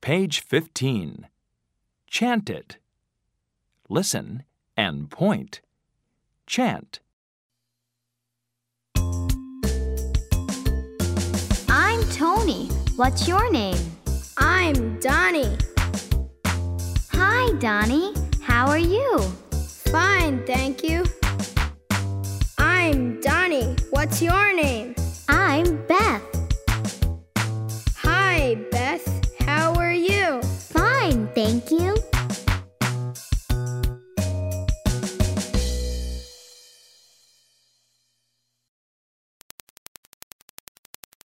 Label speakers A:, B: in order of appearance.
A: Page 15. Chant it. Listen and point. Chant.
B: I'm Tony. What's your name?
C: I'm Donnie.
B: Hi, Donnie. How are you?
C: Fine, thank you. I'm Donnie. What's your name?